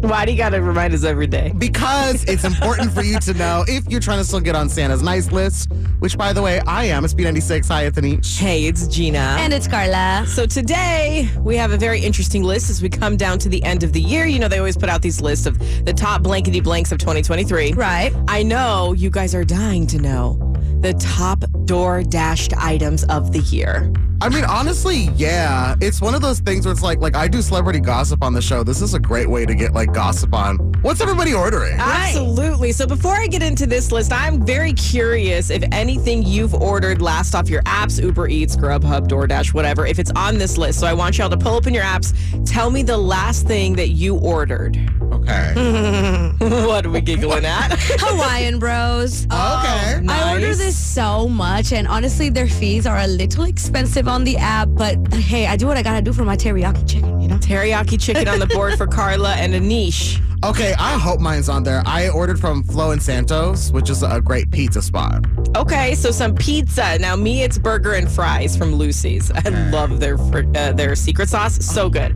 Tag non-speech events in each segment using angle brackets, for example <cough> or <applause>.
Why do you gotta remind us every day? Because it's important for you to know if you're trying to still get on Santa's nice list, which, by the way, I am. It's B96. Hi, Anthony. Hey, it's Gina. And it's Carla. So today we have a very interesting list as we come down to the end of the year. You know, they always put out these lists of the top blankety blanks of 2023. Right. I know you guys are dying to know the top door dashed items of the year. I mean, honestly, yeah. It's one of those things where it's like, like I do celebrity gossip on the show. This is a great way to get like gossip on. What's everybody ordering? Absolutely. So before I get into this list, I'm very curious if anything you've ordered last off your apps, Uber Eats, Grubhub, DoorDash, whatever, if it's on this list. So I want y'all to pull open your apps. Tell me the last thing that you ordered. Okay. <laughs> what are we giggling at? <laughs> Hawaiian <laughs> Bros. Okay. Nice. I order this so much, and honestly, their fees are a little expensive on the app, but hey, I do what I gotta do for my teriyaki chicken, you know? Teriyaki chicken on the board for Carla and Anish. Okay, I hope mine's on there. I ordered from Flo and Santos, which is a great pizza spot. Okay, so some pizza. Now me, it's burger and fries from Lucy's. I love their fr- uh, their secret sauce. So good.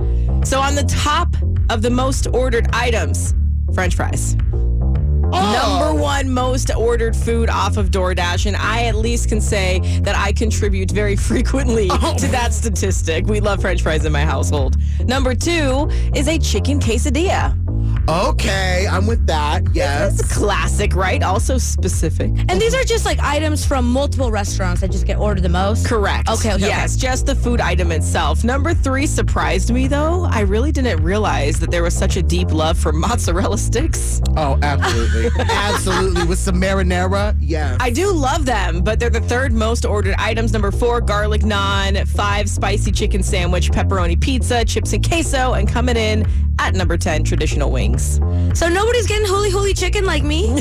So on the top of the most ordered items, French fries. Number one most ordered food off of DoorDash, and I at least can say that I contribute very <laughs> frequently to that statistic. We love French fries in my household. Number two is a chicken quesadilla. Okay, I'm with that. Yes. That's classic, right? Also specific. And these are just like items from multiple restaurants that just get ordered the most. Correct. Okay, okay, Yes, just the food item itself. Number three surprised me though. I really didn't realize that there was such a deep love for <laughs> mozzarella sticks. Oh, <laughs> absolutely. absolutely. With some marinara. Yes. I do love them, but they're the third most ordered items. Number four, garlic naan. Five, spicy chicken sandwich, pepperoni pizza, chips and queso, and coming in at number ten, traditional wings. So nobody's getting holy holy chicken like me. <laughs>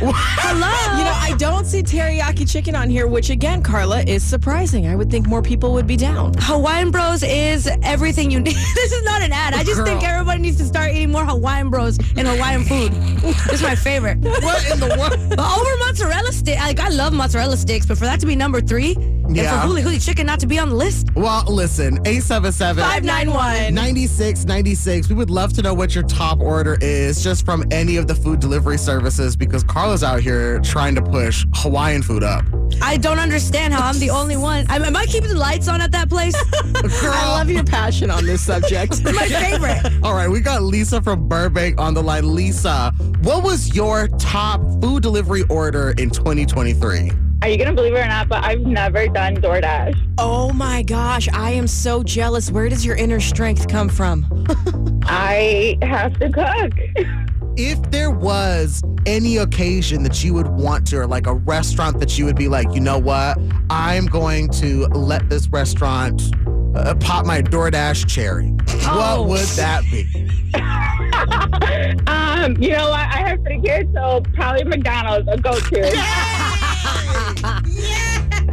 Hello. You know, I don't see teriyaki chicken on here, which again, Carla, is surprising. I would think more people would be down. Hawaiian Bros is everything you need. <laughs> this is not an ad. I just think Girl. everybody needs to start eating more Hawaiian Bros and Hawaiian food. it's my favorite. <laughs> what in the world? But over mozzarella stick, like I love mozzarella sticks, but for that to be number three, and Yeah. for huli huli chicken not to be on the list, Well, listen, 877 Five nine one. 96 96. We would love to know what your top order is just from any of the food delivery services because Carla's out here trying to push Hawaiian food up. I don't understand how <laughs> I'm the only one. I, am I keeping the lights on at that place? Girl. I love your passion on this subject. my favorite. All right, we got Lisa from Burbank on the line. Lisa, what was your top food delivery order in 2023? Are you gonna believe it or not? But I've never done DoorDash. Oh my gosh, I am so jealous. Where does your inner strength come from? I have to cook. <laughs> If there was any occasion that you would want to, or like a restaurant that you would be like, you know what, I'm going to let this restaurant uh, pop my DoorDash cherry, Oh. what would that be? um, you know what? I have three kids, so probably McDonald's a go-to.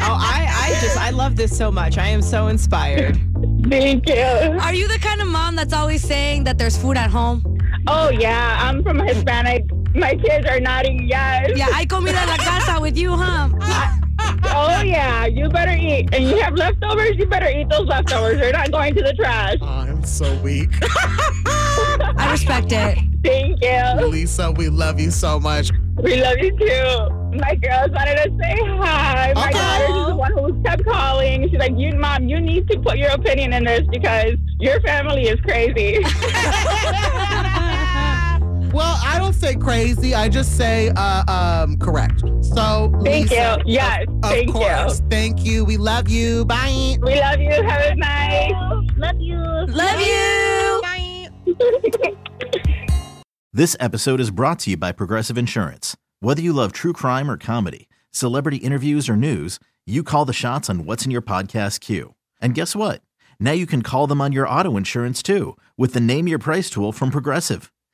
Oh, I, I just, I love this so much. I am so inspired. Thank you. Are you the kind of mom that's always saying that there's food at home? Oh yeah, I'm from Hispanic. My kids are nodding yes. Yeah, I comida en la casa with you, huh? Oh yeah, you better eat, and you have leftovers. You better eat those <laughs> leftovers. They're not going to the trash. I'm so weak. <laughs> I respect it. Thank you. Lisa, we love you so much. We love you too. My girls wanted to say hi. My Okay. daughter is the one who kept calling. She's like, "You, mom, you need to put your opinion in this because your family is crazy." Well, I don't say crazy. I just say uh, um, correct. So, <laughs> Thank Lisa, you. Yes. Of thank course. Thank you. We love you. Bye. you. We love you. Have a nice. Love you. Love you. <laughs> This episode is brought to you by Progressive Insurance. Whether you love true crime or comedy, celebrity interviews or news, you call the shots on what's in your podcast queue. And guess what? Now you can call them on your auto insurance too with the Name Your Price tool from Progressive.